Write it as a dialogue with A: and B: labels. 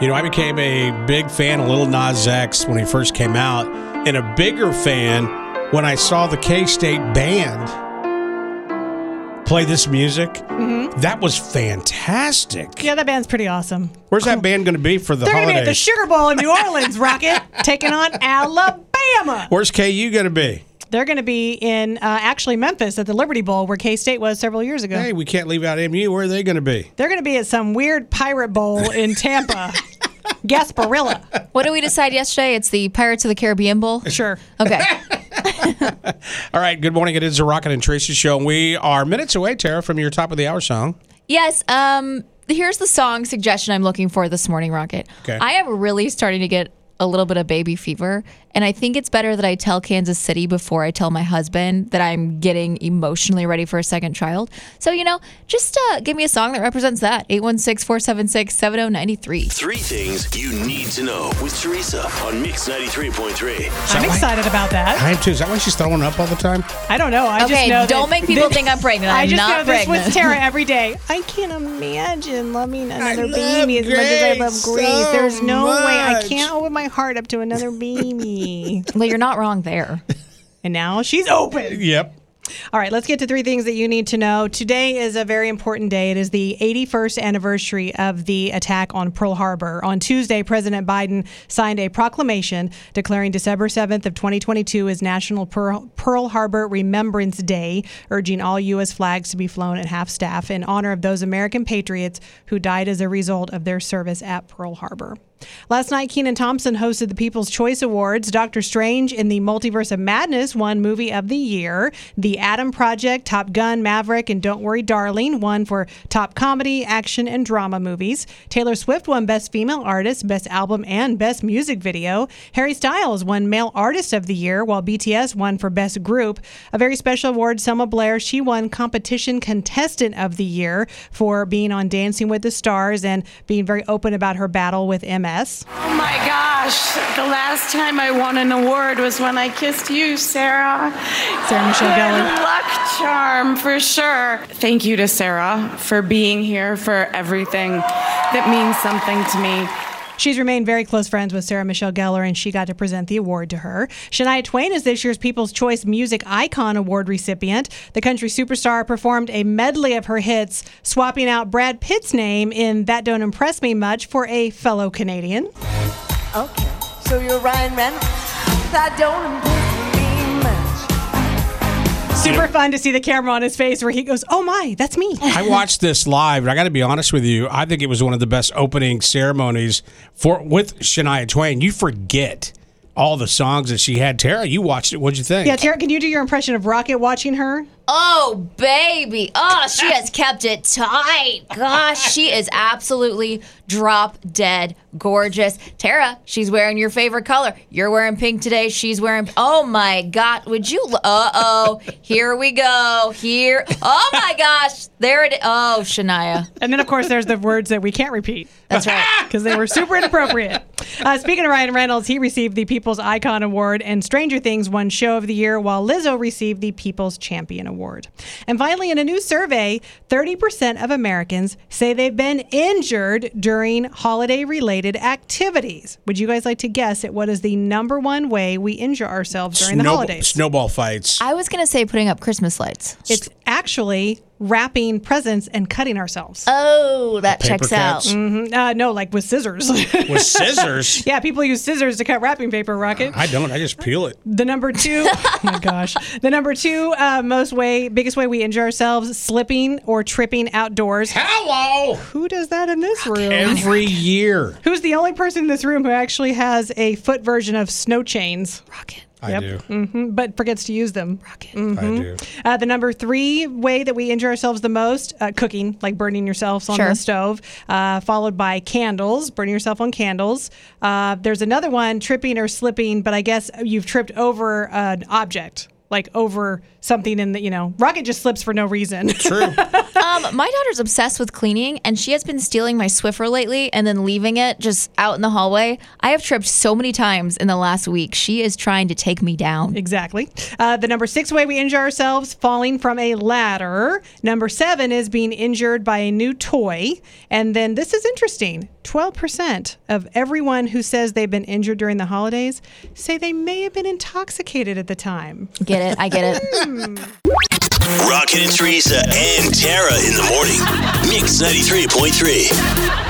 A: You know, I became a big fan of Little Nas X when he first came out, and a bigger fan when I saw the K State band play this music. That was fantastic.
B: Mm-hmm. Yeah, that band's pretty awesome.
A: Where's that band going to be for the
B: They're
A: holidays?
B: gonna be at the Sugar Bowl in New Orleans, Rocket, taking on Alabama.
A: Where's KU going to be?
B: They're gonna be in uh, actually Memphis at the Liberty Bowl, where K State was several years ago.
A: Hey, we can't leave out MU. Where are they going to be?
B: They're gonna be at some weird pirate bowl in Tampa, Gasparilla.
C: What did we decide yesterday? It's the Pirates of the Caribbean Bowl.
B: Sure.
C: Okay.
A: All right, good morning. It is the Rocket and Tracy show. and We are minutes away, Tara, from your top of the hour song.
C: yes. Um. Here's the song suggestion I'm looking for this morning, Rocket.
A: Okay.
C: I am really starting to get a little bit of baby fever, and I think it's better that I tell Kansas City before I tell my husband that I'm getting emotionally ready for a second child. So you know, just uh, give me a song that represents that. 816-476-7093.
D: Three things you need to know with Teresa on Mix 93.3.
B: I'm excited about that.
A: I am too. Is that why she's throwing up all the time?
B: I don't know. I just
C: Okay,
B: know
C: don't
B: that-
C: make people think I'm pregnant.
B: I
C: I'm
B: just
C: not
B: know this
C: pregnant.
B: with Tara every day. I can't imagine loving another
A: love
B: baby as much as I
A: Grace
B: love Grace. There's
A: so
B: no way I
A: much.
B: can't open my heart up to another baby.
C: Well, you're not wrong there.
B: and now she's open.
A: Yep.
B: All right, let's get to three things that you need to know. Today is a very important day. It is the 81st anniversary of the attack on Pearl Harbor. On Tuesday, President Biden signed a proclamation declaring December 7th of 2022 as National Pearl, Pearl Harbor Remembrance Day, urging all U.S. flags to be flown at half staff in honor of those American patriots who died as a result of their service at Pearl Harbor. Last night, Keenan Thompson hosted the People's Choice Awards. Doctor Strange in the Multiverse of Madness won Movie of the Year. The Adam Project, Top Gun, Maverick, and Don't Worry Darling won for Top Comedy, Action, and Drama Movies. Taylor Swift won Best Female Artist, Best Album, and Best Music Video. Harry Styles won Male Artist of the Year, while BTS won for Best Group. A very special award, Selma Blair, she won Competition Contestant of the Year for being on Dancing with the Stars and being very open about her battle with MS.
E: Oh my gosh, the last time I won an award was when I kissed you, Sarah.
B: Sarah Michelle Gellar.
E: Good luck charm for sure. Thank you to Sarah for being here, for everything that means something to me.
B: She's remained very close friends with Sarah Michelle Gellar, and she got to present the award to her. Shania Twain is this year's People's Choice Music Icon Award recipient. The country superstar performed a medley of her hits, swapping out Brad Pitt's name in That Don't Impress Me Much for a fellow Canadian.
F: Okay, so you're Ryan Reynolds. That don't impress me much.
B: Super fun to see the camera on his face where he goes, Oh my, that's me.
A: I watched this live, and I got to be honest with you. I think it was one of the best opening ceremonies for with Shania Twain. You forget all the songs that she had. Tara, you watched it. What'd you think?
B: Yeah, Tara, can you do your impression of Rocket watching her?
C: Oh, baby. Oh, she has kept it tight. Gosh, she is absolutely drop dead gorgeous. Tara, she's wearing your favorite color. You're wearing pink today. She's wearing. Oh, my God. Would you. Uh oh. Here we go. Here. Oh, my gosh. There it. Oh, Shania.
B: And then, of course, there's the words that we can't repeat.
C: That's right.
B: because they were super inappropriate. Uh, speaking of Ryan Reynolds, he received the People's Icon Award and Stranger Things won Show of the Year, while Lizzo received the People's Champion Award. And finally, in a new survey, 30% of Americans say they've been injured during holiday related activities. Would you guys like to guess at what is the number one way we injure ourselves during the
A: Snowball-
B: holidays?
A: Snowball fights.
C: I was going to say putting up Christmas lights.
B: It's actually wrapping presents and cutting ourselves.
C: Oh, that
A: Paper
C: checks
A: cuts
C: out.
B: Uh, no, like with scissors.
A: with scissors.
B: yeah, people use scissors to cut wrapping paper, Rocket.
A: I don't. I just peel it.
B: The number two, oh my gosh, the number two uh, most way, biggest way we injure ourselves, slipping or tripping outdoors.
A: Hello.
B: Who does that in this room?
A: Every year,
B: Who's the only person in this room who actually has a foot version of snow chains,
A: I
B: Yep.
A: do.
B: Mhm, but forgets to use them?
A: I do.
B: Uh, the number three way that we injure ourselves the most uh, cooking, like burning yourselves on
C: Sure.
B: the stove, uh, followed by candles, burning yourself on candles. Uh, there's another one, tripping or slipping, but I guess you've tripped over an object. like over something in the you know rocket just slips for no reason.
A: True.
C: Um, my daughter's obsessed with cleaning, and she has been stealing my Swiffer lately and then leaving it just out in the hallway. I have tripped so many times in the last week. She is trying to take me down.
B: Exactly. Uh, the number six way we injure ourselves, falling from a ladder. Number seven is being injured by a new toy. And then this is interesting 12% of everyone who says they've been injured during the holidays say they may have been intoxicated at the time.
C: Get it? I get it.
D: Rocket and Teresa and Tara in the morning. Mix 93.3.